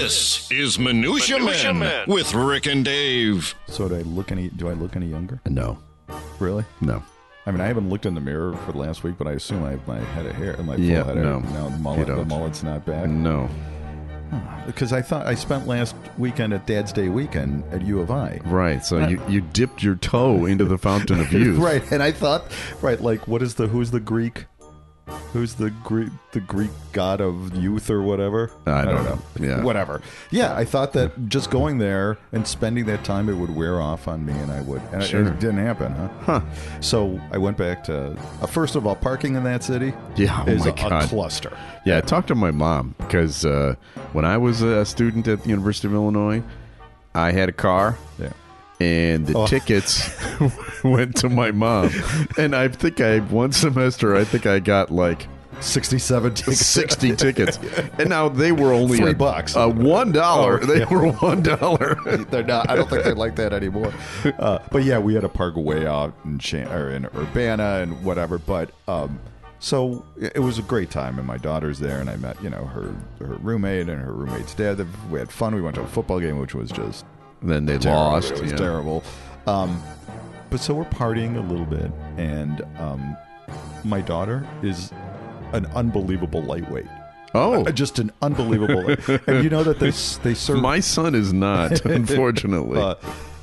This is Minutia, Minutia Men, Men. with Rick and Dave. So do I look any? Do I look any younger? No, Really? no. I mean, I haven't looked in the mirror for the last week, but I assume I have my head of hair, my full Yeah, head of no, Now the you mullet, the don't. Mm. mullet's not back. No. Because I thought I spent last weekend at Dad's Day weekend at U of I. Right. So you, you dipped your toe into the fountain of youth. right, and I thought, right, like what is the who's the Greek, who's the Greek the Greek god of youth or whatever? I don't know. Yeah. whatever. Yeah, I thought that just going there and spending that time it would wear off on me, and I would. And it- Sure. it didn't happen, huh? Huh. So I went back to uh, first of all, parking in that city Yeah, oh is my a, a God. cluster. Yeah, I talked to my mom because uh, when I was a student at the University of Illinois, I had a car Yeah. and the Oh. tickets went to my mom. And I think I, one semester, I think I got like 67 tickets. 60 tickets. And now they were only Three a, bucks. A $1. Oh, they yeah. were $1. They're not. I don't think they like that anymore. Uh, but yeah, we had a park way out in Chan- or in Urbana and whatever. But um, so it it was a great time, and my daughter's there, and I met you know her her roommate and her roommate's dad. We had fun. We went to a football game, which was just then they terrible. lost. It was yeah. terrible. Um, but so we're partying a little bit, and um, my daughter is an unbelievable lightweight. Oh, Uh, Just an unbelievable. and you know that they s- they serve my son is not, unfortunately. uh,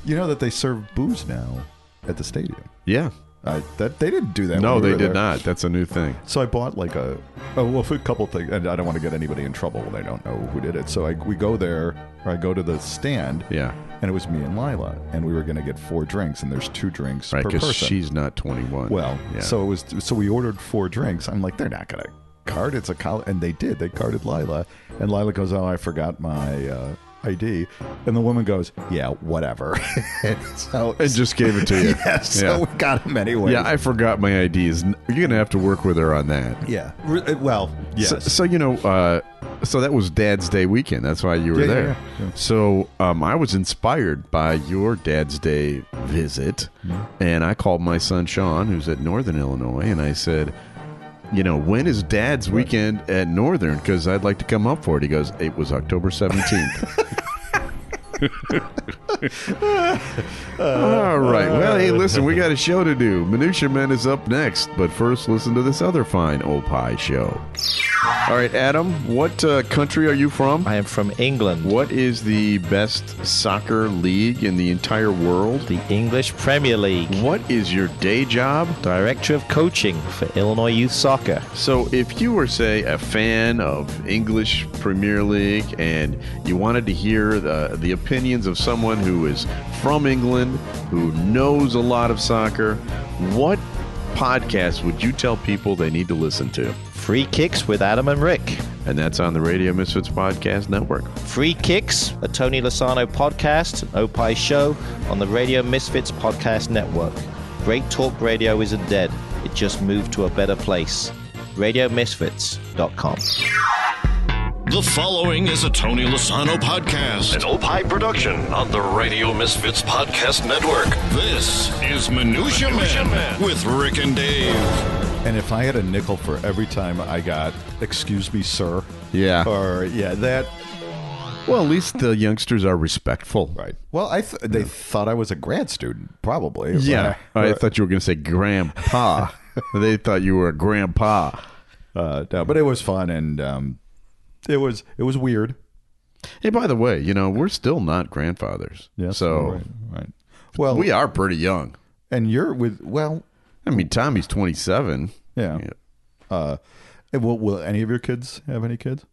you know that they serve booze now at the stadium. yeah. I, that they didn't do that. when No, we they were did there. not. That's a new thing. So I bought like a, a well, a couple things, and I don't want to get anybody in trouble when I don't know who did it. So I, we go there, or I go to the stand, Yeah. and it was me and Lila, and we were going to get four drinks, and there's two drinks Right, per because person. she's not 21. well, yeah. so it was. So we ordered four drinks. I'm like, they're not going to card. It's a college, and they did. They carded Lila, and Lila goes, "Oh, I forgot my." Uh, ID, and the woman goes, "Yeah, whatever." and so it just gave it to you. yeah, so yeah. we got him anyway. Yeah, I forgot my IDs. N- You're gonna have to work with her on that. yeah. Re- uh, Well, yes. So, so, you know, uh, so that was Dad's Day weekend. That's why you were Yeah, yeah, there. yeah, yeah. So um, I was inspired by your Dad's Day visit, Mm-hmm. and I called my son Sean, who's at Northern Illinois, and I said, you know, when is Dad's weekend at Northern? Because I'd like to come up for it. He goes, it was October 17th. All right. Well, hey, listen, we got a show to do. Minutia Men is up next, but first, listen to this other fine Opie show. All right, Adam, what uh, country are you from? I am from England. What is the best soccer league in the entire world? The English Premier League. What is your day job? Director of Coaching for Illinois Youth Soccer. So, if you were, say, a fan of English Premier League and you wanted to hear the, the opinions of someone who is from England, who knows a lot of soccer, what podcast would you tell people they need to listen to? Free Kicks with Adam and Rick. And that's on the Radio Misfits Podcast Network. Free Kicks, a Tony Lasano podcast, an Opie show on the Radio Misfits Podcast Network. Great Talk Radio isn't dead, it just moved to a better place. RadioMisfits.com. The following is a Tony Lasano podcast. An Opie production on the Radio Misfits Podcast Network. This is Minutia, Minutia Men, Men. with Rick and Dave. and if I had a nickel for every time I got, excuse me, sir. Yeah. Or, yeah, that. Well, at least the youngsters are respectful. Right. Well, I th- they thought I was a grad student, probably. Yeah, But, I thought you were going to say grandpa. they thought you were a grandpa. uh, no, but it was fun, and um, it was it was weird. Hey, by the way, you know we're still not grandfathers. so Right. right. Well, we are pretty young. and you're with, well, I mean, Tommy's twenty-seven. Yeah. uh, and will, will any of your kids have any kids?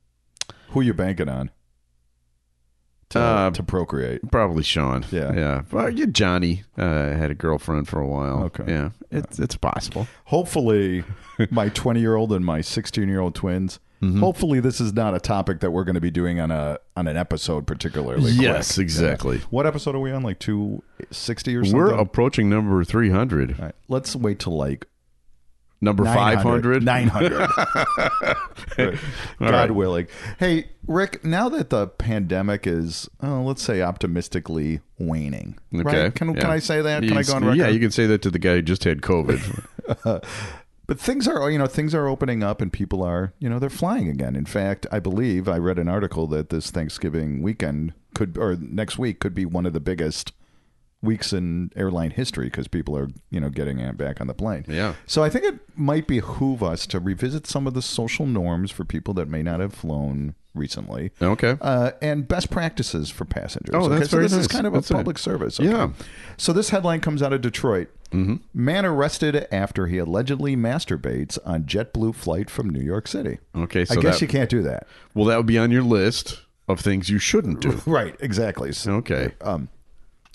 Who are you banking on to, Uh, to procreate? probably Sean. Yeah. yeah. Well, you Johnny uh, had a girlfriend for a while. Okay. yeah, it's it's possible. hopefully my 20 year old and my 16 year old twins Mm-hmm. hopefully this is not a topic that we're going to be doing on a on an episode particularly quick. Yes, exactly. Yeah. what episode are we on like 260 or something We're approaching number three hundred. All right, let's wait till like Number five hundred. 900 Right. god right. willing hey rick now that the pandemic is oh, let's say optimistically waning Okay. right? can, yeah. can i say that can i You- go on record Yeah, you can say that to the guy who just had COVID. But things are, you know, things are opening up and people are, you know, they're flying again. In fact, I believe I read an article that this Thanksgiving weekend could, or next week could be one of the biggest weeks in airline history because people are, you know, getting it back on the plane. Yeah. So I think it might behoove us to revisit some of the social norms for people that may not have flown recently. Okay. Uh, and best practices for passengers. Oh, that's so very this is nice. kind of That's a it. public service. okay. Yeah. So this headline comes out of Detroit. Mm-hmm. Man arrested after he allegedly masturbates on JetBlue flight from New York City. Okay, so I guess that- you can't do that. Well, that would be on your list of things you shouldn't do. Right. Exactly. So Okay. Um,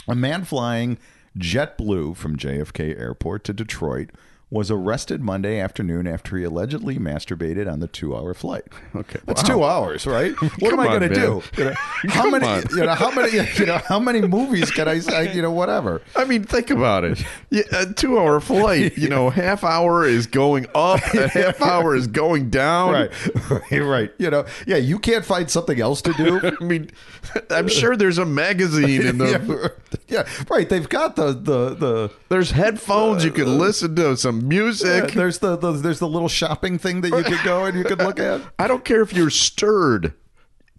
A man flying JetBlue from JFK Airport to Detroit was arrested Monday afternoon after he allegedly masturbated on the two-hour flight. Okay. that's Wow. two hours, right? What am Come I on, going to man. do? You know, how Come many? on. You know how many? You know how many movies can I say? You know whatever. I mean, think about it. Yeah, a two hour flight, you know, half hour is going up, a half hour is going down. Right, right, right. You know, yeah. You can't find something else to do. I mean, I'm sure there's a magazine in the. yeah, right. They've got the the the There's headphones. You can listen to some Uh, Yeah, music. there's the, the there's the little shopping thing that you could go and you could look at. I don't care if you're stirred.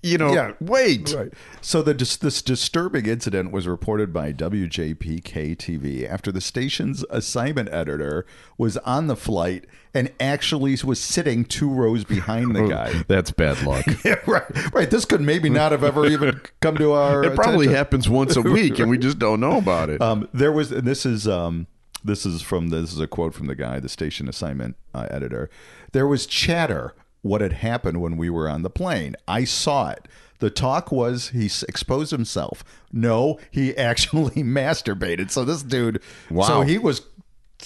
You know, Yeah. wait. Right. So the dis- this disturbing incident was reported by WJPK TV after the station's assignment editor was on the flight and actually was sitting two rows behind Oh. the guy. That's bad luck. Yeah, right, right. This could maybe not have ever even come to our. It probably attention. happens once a week, and we just don't know about it. Um, there was, and this is um, this is from this is a quote from the guy, the station assignment uh, editor. There was chatter what had happened when we were on the plane. I saw it. The talk was he s- exposed himself. No, he actually masturbated. So this dude, so Wow. he was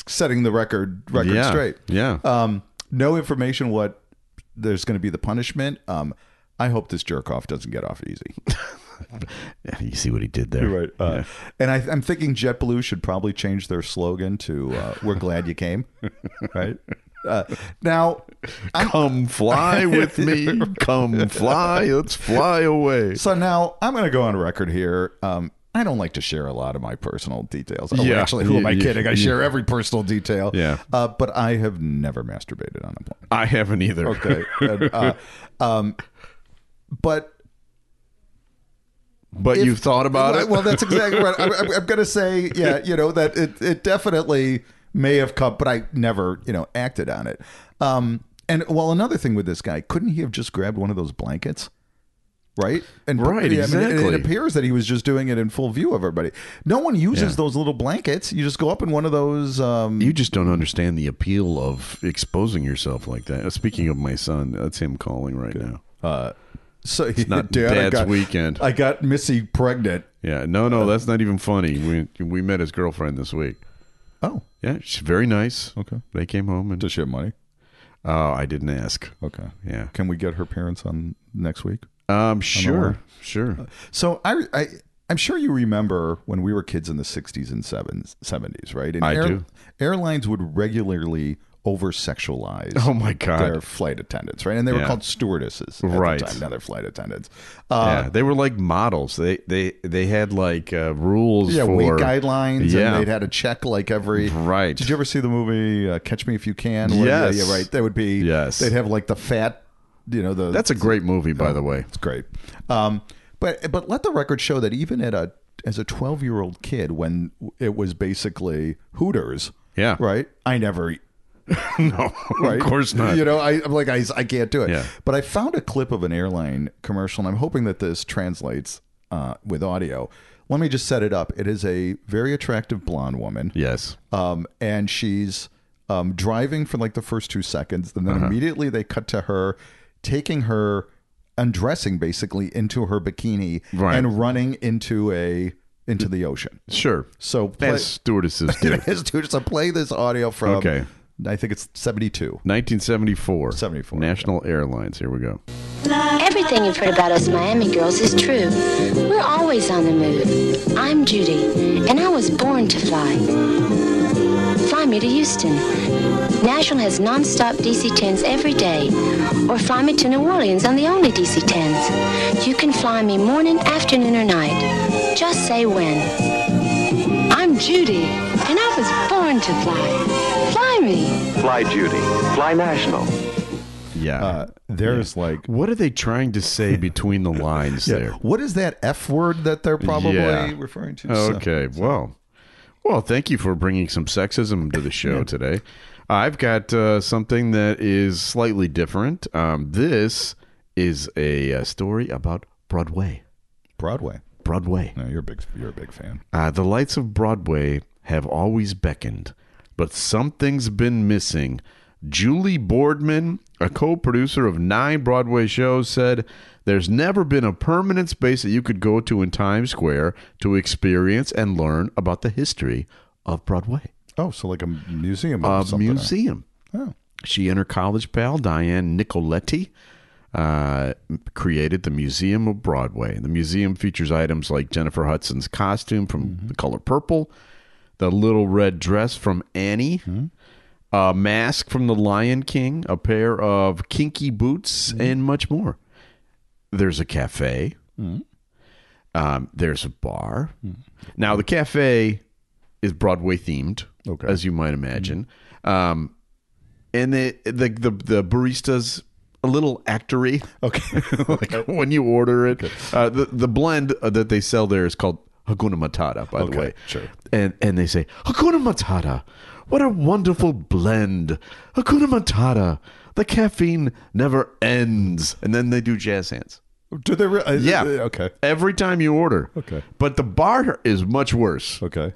setting the record record yeah. straight. Yeah. Um, no information what there's going to be the punishment. Um, I hope this jerk off doesn't get off easy. you see what he did there. Right. Uh, And I, I'm thinking JetBlue should probably change their slogan to uh, "We're glad you came." right. Uh, now, I'm, Come fly with me. Come fly. Let's fly away. so now I'm going to go on record here. Um, I don't like to share a lot of my personal details. Oh, Yeah. actually, who am I Yeah, kidding? I yeah. share every personal detail. Yeah. Uh, but I have never masturbated on a plane. I haven't either. Okay. And, uh, um, but But If- you've thought about well, it? Well, that's exactly right. I'm, I'm, I'm going to say, yeah, you know, that it, it definitely may have come, but I never, you know, acted on it. Um, and well, another thing with this guy, couldn't he have just grabbed one of those blankets? Right? And Right, I mean, it- it, exactly. appears that he was just doing it in full view of everybody. No one uses those little blankets. You just go up in one of those. Um, You just don't understand the appeal of exposing yourself like that. Uh, Speaking of my son, that's him calling right now. so it's not Dad's weekend. I got Missy pregnant. Yeah, no, Uh, no, that's not even funny. We we met his girlfriend this week. Oh, Yeah, she's very nice. Okay. they came home and does she have money? oh, I didn't ask. Okay. Yeah, Can we get her parents on next week? um, sure, Uh, sure. So I, I I'm sure you remember when we were kids in the 60s and 70s, 70s right? And I do. Airlines would regularly over sexualize Oh my their god, flight attendants, right? And they were Yeah. called stewardesses, at Right. The time. Now they're flight attendants. Uh, yeah, they were like models. They they they had like uh, rules yeah, for weight guidelines, Yeah. and they'd had a check like every. Right. Did you ever see the movie uh, Catch Me If You Can? Where- Yes. Yeah, yeah, right. They would be. Yes. They'd have like the fat, you know, the That's a great movie, by the way. It's great. Um, but but let the record show that even at a as a twelve year old kid, when it was basically Hooters, Yeah. right. I never, No, right? of course not. You know, I, I'm like I, I can't do it. Yeah. But I found a clip of an airline commercial, and I'm hoping that this translates uh, with audio. Let me just set it up. It is a very attractive blonde woman Yes. um, and she's um, driving for like the first two seconds, and then Uh-huh. immediately they cut to her taking her undressing basically into her bikini Right. and running into a into the ocean. Sure. So play, As stewardesses do. dude, so play this audio from Okay. I think it's seventy two. 1974. 74, National Airlines. Here we go. Uh, Everything you've heard about us Miami girls is true. We're always on the move. I'm Judy, and I was born to fly. Fly me to Houston. National has non-stop DC-10s every day. Or fly me to New Orleans on the only DC-10s. You can fly me morning, afternoon, or night. Just say when. I'm I'm Judy, and I was born to fly. Fly me. Fly Judy. Fly National. Yeah. Uh, there's like what are they trying to say between the lines there? What is that F word that they're probably Yeah. referring to? So- Okay. Well, well, thank you for bringing some sexism to the show today. I've got uh, something that is slightly different. Um, this is a, uh story about Broadway. Broadway. Broadway. No, you're a big you're a big fan. Uh, the lights of Broadway have always beckoned, but something's been missing. Julie Boardman, a co producer of nine Broadway shows, said, There's never been a permanent space that you could go to in Times Square to experience and learn about the history of Broadway. Oh, so like a museum or A something. museum. Oh. She and her college pal, Diane Nicoletti, uh, created the Museum of Broadway. The museum features items like Jennifer Hudson's costume from Mm-hmm. the color purple, the little red dress from Annie, Mm-hmm. a mask from the Lion King, a pair of kinky boots, and much more. There's a cafe. Um, there's a bar. Now, the cafe is Broadway themed, Okay. as you might imagine. Um, and the, the the the barista's a little actory. Okay. like when you order it, uh, the the blend uh, that they sell there is called Hakuna Matata. By Okay, the way, sure. And and they say Hakuna Matata, what a wonderful blend! Hakuna Matata, the caffeine never ends. And then they do jazz hands. Do they? Re- is it- Yeah. Okay. Every time you order. Okay. But the bar is much worse. Okay.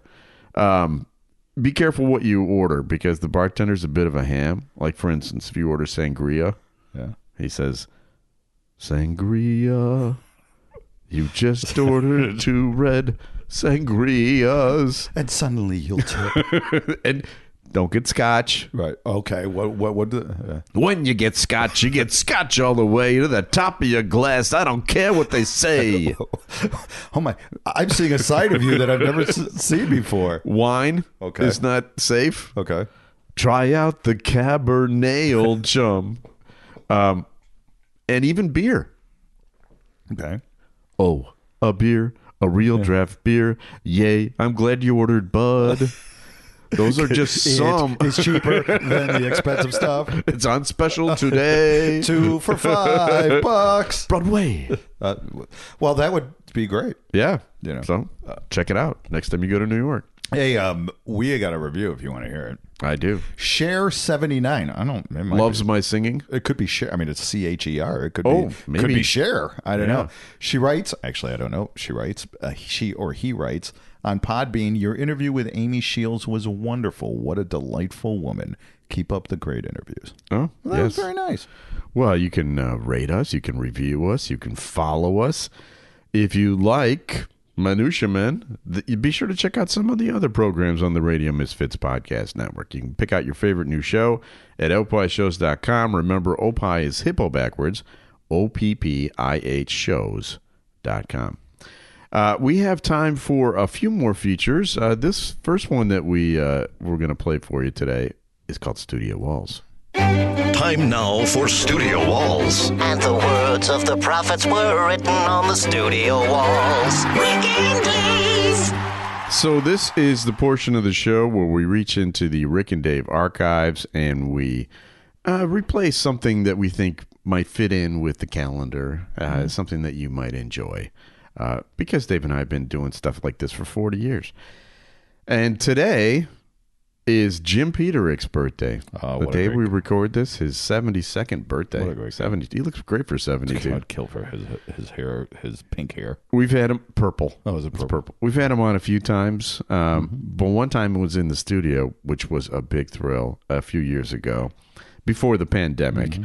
Um, be careful what you order because the bartender's a bit of a ham. Like for instance, if you order sangria, Yeah. he says, "Sangria, you just ordered two red sangrias, And suddenly you'll tip. and don't get scotch. right. Okay. What? What? What? The, uh, When you get scotch, you get scotch all the way to the top of your glass. I don't care what they say. oh my! I'm seeing a side of you that I've never s- seen before. Wine Okay. is not safe. Okay. Try out the Cabernet, old chum, um, and even beer." Okay. Oh, a beer, a real draft beer. Yay, I'm glad you ordered Bud. Those are just some. It is cheaper than the expensive stuff. It's on special today. Two for five bucks. Broadway. Uh, well, that would be great. Yeah. You know. So uh, check it out next time you go to New York. Hey, um, we got a review if you want to hear it. I do. Share seventy nine. I don't. It might Loves be- my singing. It could be share. I mean, it's C H E R. It could Oh, be maybe. could be share. I don't Yeah. know. She writes. Actually, I don't know. She writes. Uh, she or he writes on Podbean. Your interview with Amy Shields was wonderful. What a delightful woman. Keep up the great interviews. Oh, Well, that was very nice. Well, you can uh, rate us, you can review us, you can follow us. If you like Minutia Men, th- be sure to check out some of the other programs on the Radio Misfits Podcast Network. You can pick out your favorite new show at opishows.com. Remember, opi is hippo backwards, O P P I H shows.com. Uh, we have time for a few more features. Uh, this first one that we uh, we're going to play for you today is called Studio Walls. Time now for Studio Walls. And the words of the prophets were written on the studio walls. So this is the portion of the show where we reach into the Rick and Dave archives and we uh, replace something that we think might fit in with the calendar, uh, Mm-hmm. something that you might enjoy, uh, because Dave and I have been doing stuff like this for forty years. And today is Jim Peterick's birthday. Oh, the what a day great- we record this, his seventy-second birthday. What a great guy. Seventy. He looks great for seventy-two. I'd kill for his his hair, his pink hair. We've had him purple. Oh, is it It's purple? We've had him on a few times, um, but one time it was in the studio, which was a big thrill a few years ago, before the pandemic.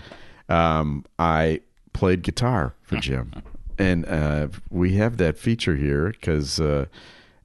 Um, I played guitar for Jim, and uh, we have that feature here because uh,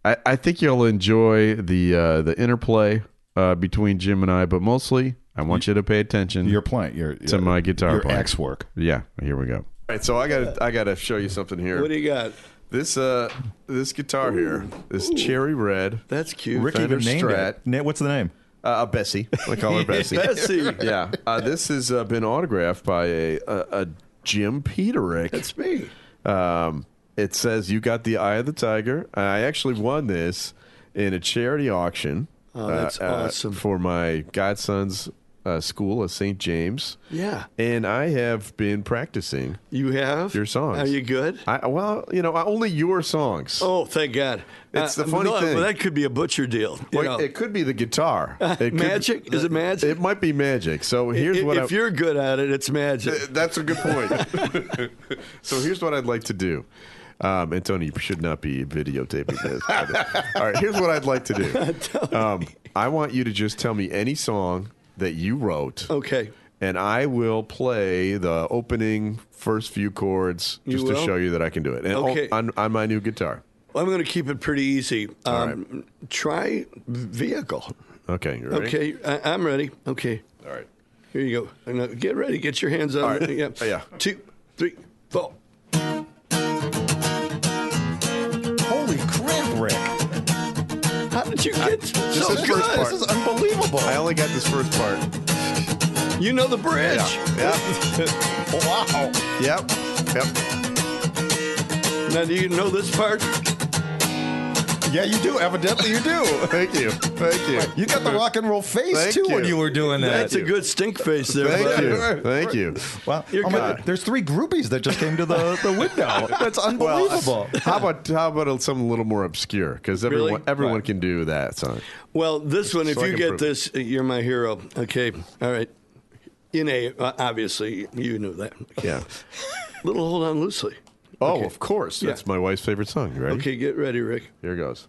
I, I think you'll enjoy the uh, the interplay uh, between Jim and I, but mostly I want you to pay attention. You're playing. You're To my guitar Your playing. axe work. yeah, here we go. All right, so I got I got to show you something here. What do you got? This uh, this guitar here, this cherry red, That's cute. Rick Fender even named Strat. it. Na- What's the name? uh, uh, Bessie. We call her Bessie. Bessie. Yeah, uh, this has uh, been autographed by a a, a Jim Peterick. That's me. Um, it says you got the eye of the tiger. I actually won this in a charity auction. uh, Oh, that's awesome. for my godson's uh, school at St. James. Yeah. And I have been practicing You have your songs. Are you good? I, well, you know, only your songs. Oh, thank God. It's the funny no, thing. Well, that could be a butcher deal. You Well, know. it could be the guitar. It could- Magic? Is it magic? It might be magic. So here's if what if I, Uh, you're good at it, it's magic. Th- That's a good point. so here's what I'd like to do. Um, and Tony, you should not be videotaping this. All right, here's what I'd like to do. Um, I want you to just tell me any song that you wrote, Okay. and I will play the opening first few chords You just to will? show you that I can do it. And on- Okay. on, on my new guitar. Well, I'm going to keep it pretty easy. Um, Try vehicle. Okay. you ready? Okay, I, I'm ready. Okay, All right. here you go. And, uh, get ready. Get your hands on. All right. Oh, Yeah. Yeah. Two, three, four. Holy crap, Rick! How did you get This so is good? first part. This is unbelievable. I only got this first part. You know the bridge. Yeah. Wow. Yep. Yep. Now do you know this part? Yeah, you do. Evidently, you do. Thank you. Thank you. You got the rock and roll face Thank too you. when you were doing that. That's a good stink face there. Thank bud. you. Thank you. Uh, Wow. You're Oh my good. God. There's three groupies that just came to the, the window. That's Well, unbelievable. how about how about something a little more obscure? Because everyone Really? everyone Right. can do that song. Well, this one, if So I you can get prove it. this, you're my hero. Okay, all right. In a, uh, obviously, you knew that. Yeah. Little hold on loosely. Oh, of course. That's Yeah. my wife's favorite song. Right. Okay, get ready, Rick. Here goes.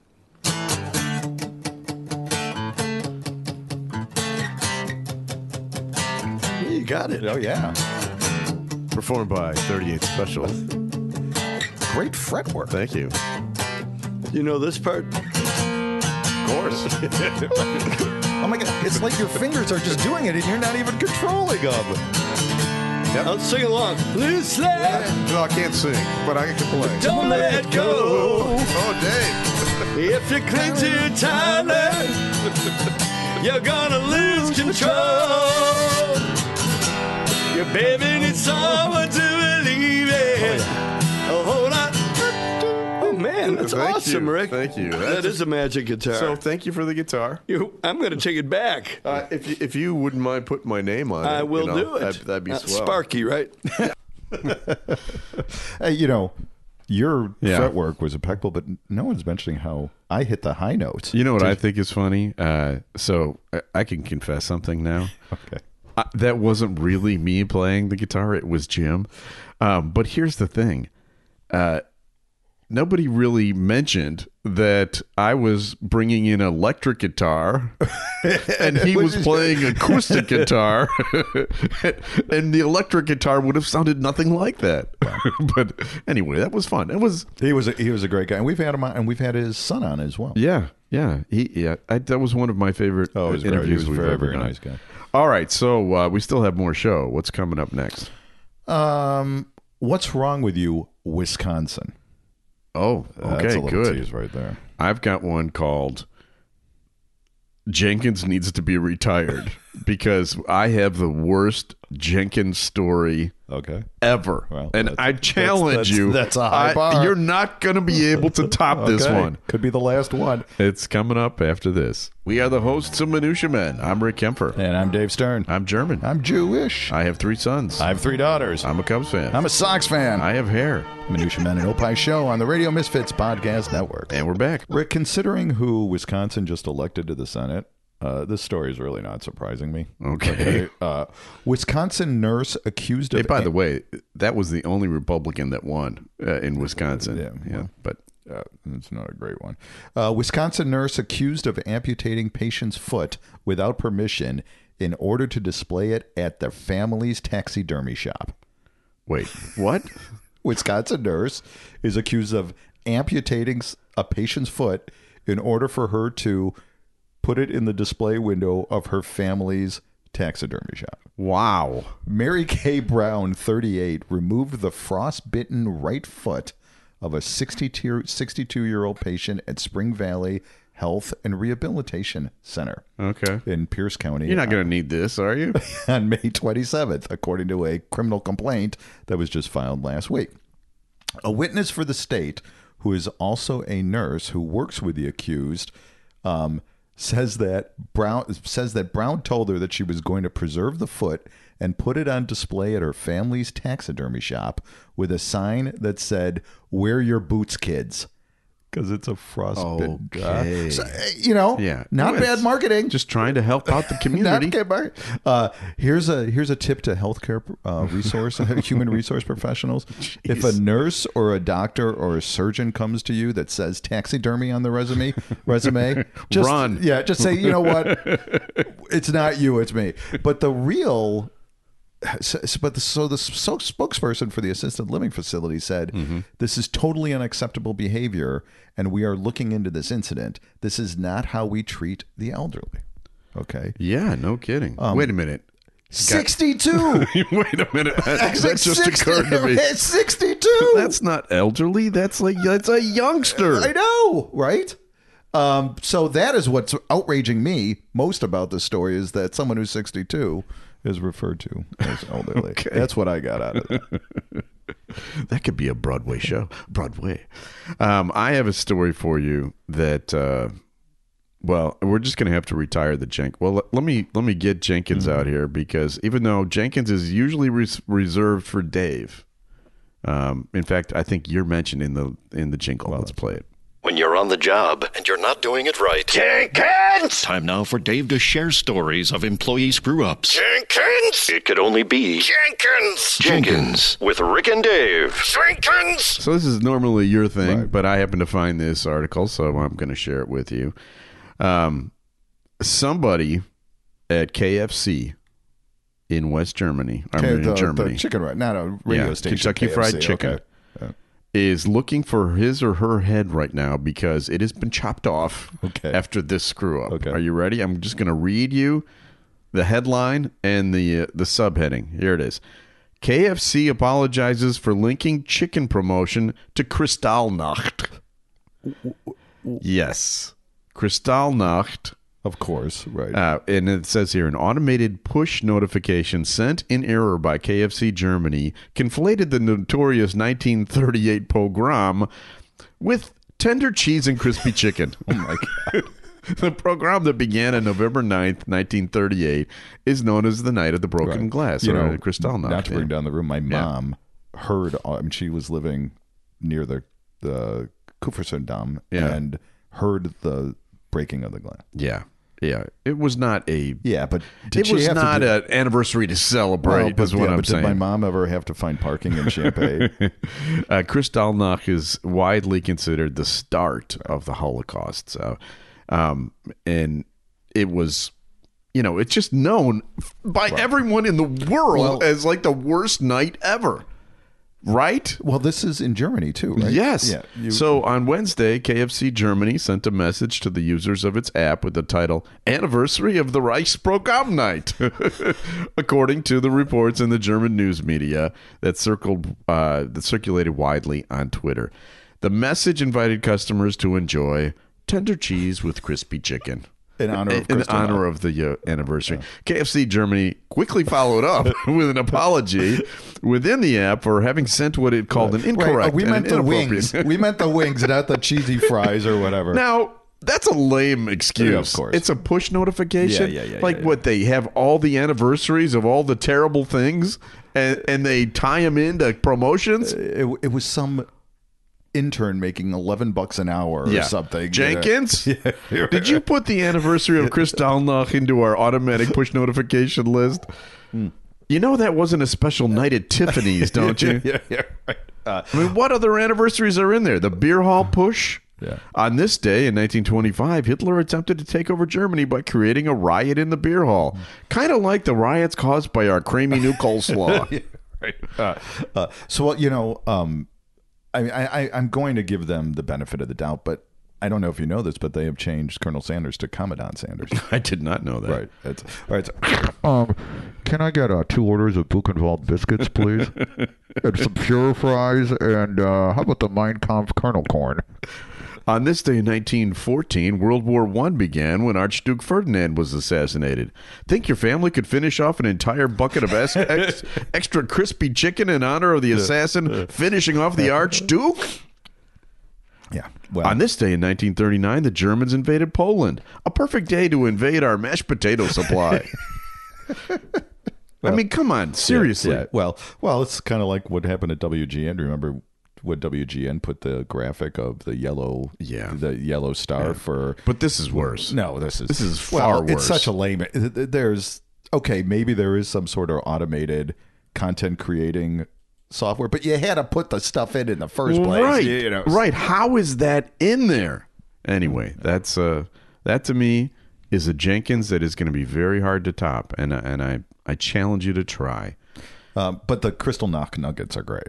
You got it. oh yeah, Performed by 38 Special. great fretwork. Thank you. You know this part? Of course. Oh my God, it's like your fingers are just doing it and you're not even controlling them. I'll sing along. Loosely, no, I can't sing, but I can play. don't let go. Oh, Dave. If you cling too tightly, you're gonna lose control. Your baby needs someone to believe in. Oh, hold on. Oh man, that's Thank awesome, you. Rick. Thank you. That's That's- a magic guitar. So thank you for the guitar. you, I'm gonna take it back. Uh, if, you, if you wouldn't mind putting my name on it, I you will know, do it. That'd, that'd be Uh, swell. Sparky, right? Hey, you know, your Yeah. fretwork was impeccable, but no one's mentioning how I hit the high notes. You know what I think is funny? Uh, so I, I can confess something now. Okay. I, that wasn't really me playing the guitar; it was Jim. Um, but here's the thing: uh, nobody really mentioned that I was bringing in electric guitar, and he was playing acoustic guitar, and the electric guitar would have sounded nothing like that. but anyway, that was fun. It was He was a, he was a great guy, and we've had him on, and we've had his son on as well. Yeah, yeah, he, yeah. I, that was one of my favorite Oh, uh, he was very- he interviews was we've very, ever very done. nice guy. All right, so uh, we still have more show. What's coming up next? Um, what's wrong with you, Wisconsin? Oh, That's okay, a little good. tease right there. I've got one called Jenkins needs to be retired because I have the worst Jenkins story Okay. ever, Well, and that's- I challenge that's- you. that's a high I- bar. You're not going to be able to top this Okay. one. could be the last one. It's coming up after this. We are the hosts of Minutia Men. I'm Rick Kemper. And I'm Dave Stern. I'm German. I'm Jewish. I have three sons. I have three daughters. I'm a Cubs fan. I'm a Sox fan. I have hair, Minutia Men and Opie Show on the Radio Misfits Podcast Network. and we're back. Rick, considering who Wisconsin just elected to the Senate, uh, this story is really not surprising me. Okay. Uh, Wisconsin nurse accused of. Hey, by the way, that was the only Republican that won uh, in Wisconsin. Yeah, well. but uh, it's not a great one. Uh, Wisconsin nurse accused of amputating patient's foot without permission in order to display it at their family's taxidermy shop. wait, what? Wisconsin nurse is accused of amputating s- a patient's foot in order for her to put it in the display window of her family's taxidermy shop. wow. Mary Kay Brown, 38, removed the frostbitten right foot of a 62 year old patient at Spring Valley Health and Rehabilitation Center Okay. in Pierce County You're not going to need this, are you? on May 27th, according to a criminal complaint that was just filed last week. A witness for the state, who is also a nurse who works with the accused, um, says that Brown says that Brown told her that she was going to preserve the foot and put it on display at her family's taxidermy shop with a sign that said "Wear your boots, kids." Because it's a frostbitten. Okay. So, you know, Oh. Yeah. not Well, bad it's marketing. Just trying to help out the community. Not Kmart. Uh, here's a here's a tip to healthcare uh, resource human resource professionals. If a nurse or a doctor or a surgeon comes to you that says taxidermy on the resume, resume, just, Run. Yeah, just say you know what, it's not you, it's me. But the real. So, so- but the, so the so spokesperson for the assisted living facility said, "This is totally unacceptable behavior, and we are looking into this incident. This is not how we treat the elderly." Okay, yeah, no kidding. Wait a minute. 62. Wait a minute. That, It's that like just occurred to me. It's 62. That's not elderly. That's like that's a youngster. I know, right? Um, so that is what's outraging me most about this story is that someone who's 62 is referred to as elderly. That's what I got out of it. That could be a Broadway show. Broadway. Um, I have a story for you that. Uh, well, we're just going to have to retire the Jenkins. Well, let, let me let me get Jenkins out here because even though Jenkins is usually res- reserved for Dave, um, in fact, I think you're mentioned in the in the jingle. Let's play it. When you're on the job and you're not doing it right. It's time now for Dave to share stories of employee screw ups. Jenkins! It could only be Jenkins! Jenkins with Rick and Dave. Jenkins! So this is normally your thing, but I happen to find this article, so I'm going to share it with you. Um, somebody at KFC in West Germany, I mean, Okay, in uh, the, Germany, the chicken right, not a radio Yeah, station. Kentucky KFC, Fried okay. Chicken is looking for his or her head right now because it has been chopped off Okay. after this screw up. Okay. Are you ready? I'm just going to read you the headline and the uh, the subheading. Here it is. KFC apologizes for linking chicken promotion to Kristallnacht. Yes. Kristallnacht Of course, right. uh, and it says here an automated push notification sent in error by KFC Germany conflated the notorious 1938 pogrom with tender cheese and crispy chicken. oh my god. The program that began on November 9th, 1938, is known as the Night of the Broken Right. Glass You or know, Kristallnacht. Not to bring down the room, my Yeah. mom heard. I mean, she was living near the the Kupfersundam Yeah. and heard the breaking of the glass. Yeah. Yeah. It was not a Yeah, but it was not do- an anniversary to Well, celebrate, but is what yeah, I'm but saying. Did my mom ever have to find parking in Champagne? Uh, Kristallnacht is widely considered the start of the Holocaust. So, um, and it was, you know, it's just known by everyone in the world Well- as like the worst night ever, right? well, this is in Germany too, right? Yes. Yeah. you- so on Wednesday, KFC Germany sent a message to the users of its app with the title Anniversary of the Reichsprogramm Night, according to the reports in the German news media that circled uh, that circulated widely on Twitter. The message invited customers to enjoy tender cheese with crispy chicken. In honor of in Kristallnacht. honor of the uh, anniversary, KFC Germany quickly followed up with an apology within the app for having sent what it called an Right, incorrect. uh, we and meant the inappropriate- wings. we meant the wings, not the cheesy fries or whatever. Now, that's a lame excuse. Yeah, of course. It's a push notification. Yeah, yeah, yeah, like yeah, what they have all the anniversaries of all the terrible things and, and they tie them into promotions. It, it was some intern making eleven bucks an hour or yeah. something. Jenkins, did you put the anniversary of Chris Dalnach into our automatic push notification list? Hmm. You know that wasn't a special night at Tiffany's, don't you? Yeah, yeah, right. Uh, I mean, what other anniversaries are in there? The beer hall push. Yeah. On this day in 1925, Hitler attempted to take over Germany by creating a riot in the beer Hmm. hall, kind of like the riots caused by our creamy new coleslaw. uh, uh, so well, you know, um, I, I, I- I'm going to give them the benefit of the doubt, but I don't know if you know this, but they have changed Colonel Sanders to Commandant Sanders. I did not know that. right. That's, all right. so- Um, can I get uh, two orders of Buchenwald biscuits, please? and some pure fries, and uh, how about the Mein Kampf kernel corn? On this day in 1914, World War I began when Archduke Ferdinand was assassinated. Think your family could finish off an entire bucket of ex- ex- extra crispy chicken in honor of the assassin finishing off the Archduke? yeah. Wow. On this day in 1939, the Germans invaded Poland. A perfect day to invade our mashed potato supply. I mean, come on, seriously. Yeah, yeah. Well, well, it's kind of like what happened at WGN. Remember when WGN put the graphic of the yellow, yeah, the yellow star for? But this is worse. No, this is This is well, far It's worse. such a lame. There's okay, maybe there is some sort of automated content creating software, but you had to put the stuff in in the first place. Right. you know. Right. How is that in there? Anyway, that's uh that to me is a Jenkins that is going to be very hard to top, and uh, and I I challenge you to try. Um, but the crystal knock nuggets are great.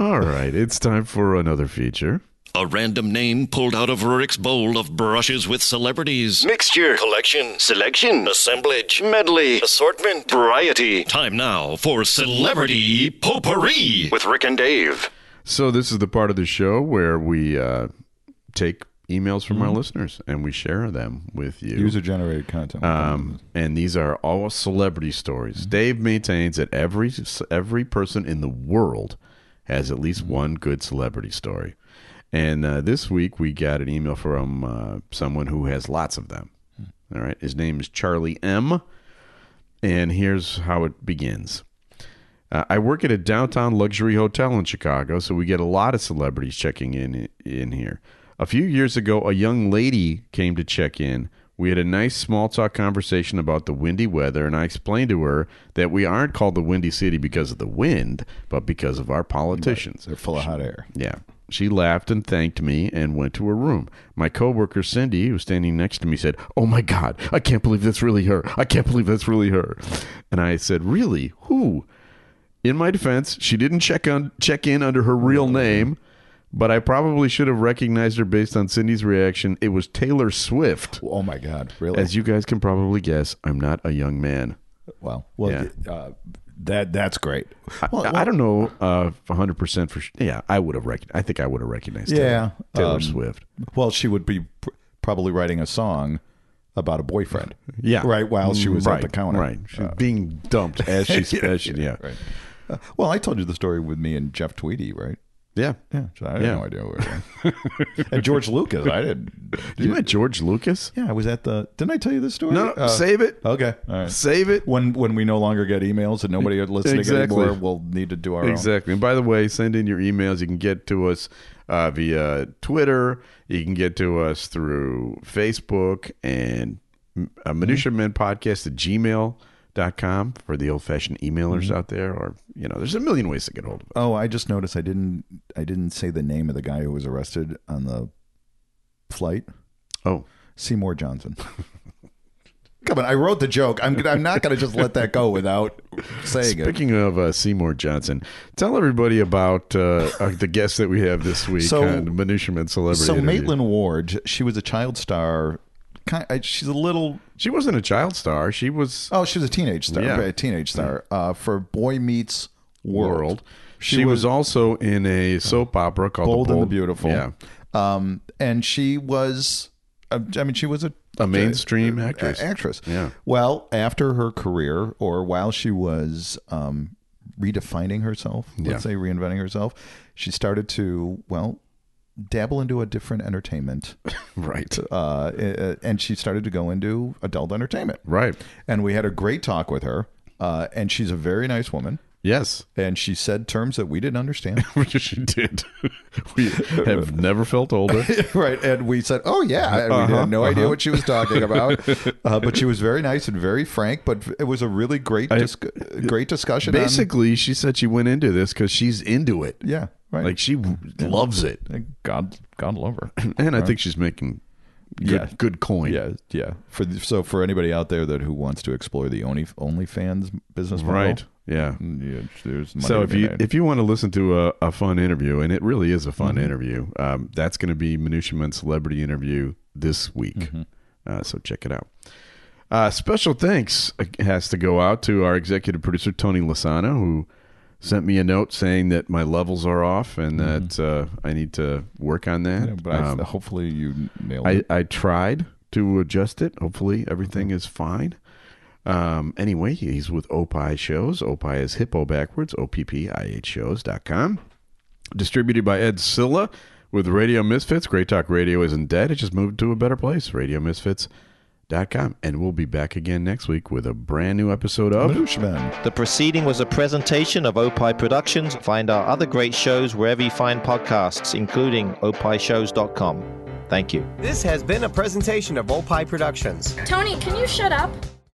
All right, it's time for another feature. A random name pulled out of Rick's bowl of brushes with celebrities. Mixture, collection, selection, assemblage, medley, assortment, variety. Time now for Celebrity Potpourri. With Rick and Dave. So this is the part of the show where we uh, take emails from our Mm-hmm. listeners and we share them with you. User generated content. Um, and these are all celebrity stories. Dave maintains that every every person in the world has at least one good celebrity story. And uh, this week we got an email from uh, someone who has lots of them. All right, his name is Charlie M. And here's how it begins. Uh, I work at a downtown luxury hotel in Chicago, so we get a lot of celebrities checking in in here. A few years ago, a young lady came to check in. We had a nice small talk conversation about the windy weather, and I explained to her that we aren't called the Windy City because of the wind, but because of our politicians. They're full of hot air. Yeah. She laughed and thanked me and went to her room. My coworker Cindy, who was standing next to me, said, "Oh my God, I can't believe that's really her. I can't believe that's really her." And I said, "Really? Who?" In my defense, she didn't check on check in under her real name, but I probably should have recognized her based on Cindy's reaction. It was Taylor Swift. Oh my God! Really? As you guys can probably guess, I'm not a young man. Wow. Well, Yeah. th- uh, that that's great. I, I don't know uh, 100% for sure. Yeah, I would have rec- I think I would have recognized Yeah, Taylor, Taylor um, Swift. Well, she would be pr- probably writing a song about a boyfriend. Yeah. Right. While she was right, at the counter. Uh, Right. She's being dumped as she's as she- yeah. Right. Uh, well, I told you the story with me and Jeff Tweedy, right? Yeah. Yeah. So I had Yeah. no idea. Where and George Lucas, I didn't. You met George Lucas? Yeah, I was at the. Didn't I tell you this story? No, no, Uh, save it. Okay. All right. Save it. When when we no longer get emails and nobody are listening Exactly. anymore, we'll need to do our own. Exactly. And by the way, send in your emails. You can get to us uh, via Twitter. You can get to us through Facebook and uh, Mm-hmm. Minutia Men Podcast at gmail.com for the old fashioned emailers Mm-hmm. out there. Or, you know, there's a million ways to get hold of us. Oh, I just noticed I didn't I didn't say the name of the guy who was arrested on the flight. Oh, Seymour Johnson. Come on, I wrote the joke. I'm I'm not going to just let that go without saying it. Speaking of uh, Seymour Johnson, tell everybody about uh, uh, the guest that we have this week So- on Minutia Men Celebrity. So Interview. Maitland Ward, she was a child star. Kind, I- she's a little. She wasn't a child star. She was Oh, she was a teenage star. Yeah. Mm. A teenage star uh, for Boy Meets World. world. She, was, also in a soap opera called bold, the and the beautiful. Yeah, Um, and she was. uh, I mean, she was a a mainstream a- actress. Actress. Yeah. Well, after her career, or while she was um, redefining herself, let's Yeah. say reinventing herself, she started to well dabble into a different entertainment, right. uh, a- a- and she started to go into adult entertainment. Right. And we had a great talk with her, uh, and she's a very nice woman. Yes. And she said terms that we didn't understand. she did. we have never felt older. right. And we said, oh, yeah. And we Uh-huh, had no idea what she was talking about. uh, but she was very nice and very frank. But it was a really great dis- great discussion. on- Basically, she said she went into this because she's into it. yeah. Right. Like she w- loves it, God, God love her. and I think she's making good, Yeah. good coin. yeah. Yeah. For the, so for anybody out there that who wants to explore the only OnlyFans business model, mm, Right. Yeah. Yeah, there's money So to if be you made. if you want to listen to a, a fun interview, and it really is a fun Mm-hmm. interview, um, that's going to be Minutia Men Celebrity Interview this week. Mm-hmm. Uh, so check it out. Uh, special thanks has to go out to our executive producer Tony Lasano, who sent me a note saying that my levels are off and that uh, I need to work on Mm-hmm. that. Yeah, but I, Um, hopefully you nailed I, it. I tried to adjust it. Hopefully, everything is fine. Um, anyway, he's with Opie Shows. Opie is hippo backwards, O P P I H shows.com. distributed by Ed Silla with Radio Misfits. Great Talk Radio isn't dead. It just moved to a better place, radiomisfits.com. And we'll be back again next week with a brand new episode of The proceeding was a presentation of Opie Productions. Find our other great shows wherever you find podcasts, including opishows.com. Thank you. This has been a presentation of Opie Productions. Tony, can you shut up?